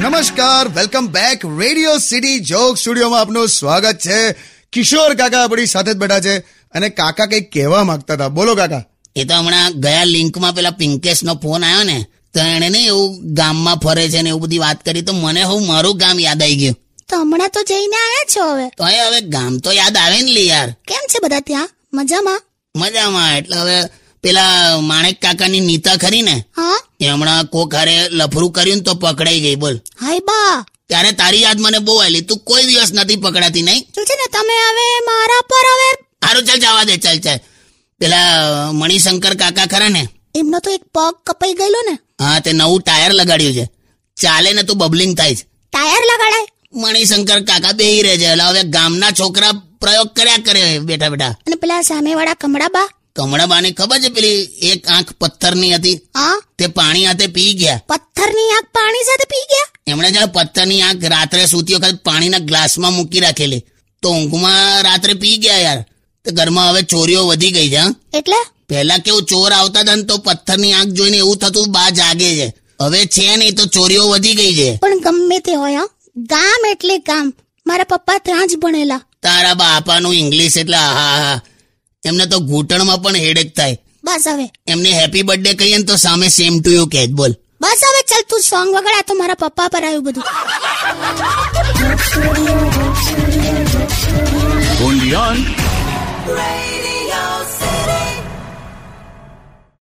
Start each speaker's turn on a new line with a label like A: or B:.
A: નમસ્કાર welcome back Radio City joke સ્ટુડિયોમાં આપનું સ્વાગત છે કિશોર કાકા આપણી સાથે જ બેઠા છે અને કાકા કંઈક કહેવા માંગતા હતા બોલો કાકા
B: એ તો હમણાં ગયા લિંકમાં પેલા પિંકેશનો ફોન આવ્યો ને તો એણે ને એવું ગામમાં ફરે છે ને એવું બધી વાત કરી તો મને હું મારું ગામ યાદ આવી ગયું
C: તો હમણાં તો જઈને આવ્યા છો હવે
B: તો એ હવે ગામ તો યાદ આવે ને લી યાર
C: કેમ છે બધા ત્યાં મજામાં
B: મજામાં એટલે હવે પેલા માણેક કાકાની નીતા ખરી ને
C: હા
B: એ હમણાં કોક હારે લફરું કર્યું ને તો પકડાઈ ગઈ બોલ
C: હાય બા
B: ત્યારે તારી યાદ મને બહુ આવેલી તું કોઈ દિવસ નથી પકડાતી નહીં
C: શું છે ને તમે હવે મારા પર હવે
B: સારું ચાલ જવા દે ચાલ ચાલ પેલા મણિશંકર કાકા ખરા ને
C: એમનો તો એક પગ કપાઈ ગયેલો ને
B: હા તે નવું ટાયર લગાડ્યું છે ચાલે ને તો બબલિંગ થાય છે
C: ટાયર લગાડાય
B: મણિશંકર કાકા બેહી રહે છે એટલે હવે ગામના છોકરા પ્રયોગ કર્યા કરે બેટા બેટા
C: અને પેલા સામેવાળા કમળા બા
B: કમળાબાને ખબર છે પેલી એક આંખ પથ્થરની હતી
C: હા
B: તે પાણી હાથે પી ગયા
C: પથ્થરની આંખ પાણી સાથે પી ગયા
B: એમણે જાણે પથ્થરની આંખ રાત્રે સૂતી વખત પાણીના ગ્લાસમાં મૂકી રાખેલી તો ઊંઘમાં રાત્રે પી ગયા યાર તો ઘરમાં હવે ચોરીઓ વધી ગઈ છે હા?
C: એટલે
B: પહેલા કેવું ચોર આવતા હતા ને તો પથ્થરની આંખ જોઈને એવું થતું બા જાગે છે હવે છે નહીં તો ચોરીઓ વધી ગઈ છે
C: પણ ગમે તે હોય હં. ગામ એટલે ગામ મારા પપ્પા ત્યાં જ ભણેલા
B: તારા બાપાનું ઇંગ્લિશ એટલે હા હા એમને તો ઘૂંટણમાં પણ હેડેક થાય
C: બસ હવે
B: એમને હેપી બર્થડે કહીએ ને તો સામે સેમ ટુ યુ કહેજ બોલ
C: બસ હવે ચાલ તું સોંગ વગાડા તો મારા પપ્પા પર આવ્યું બધું
D: Undian.
E: Radio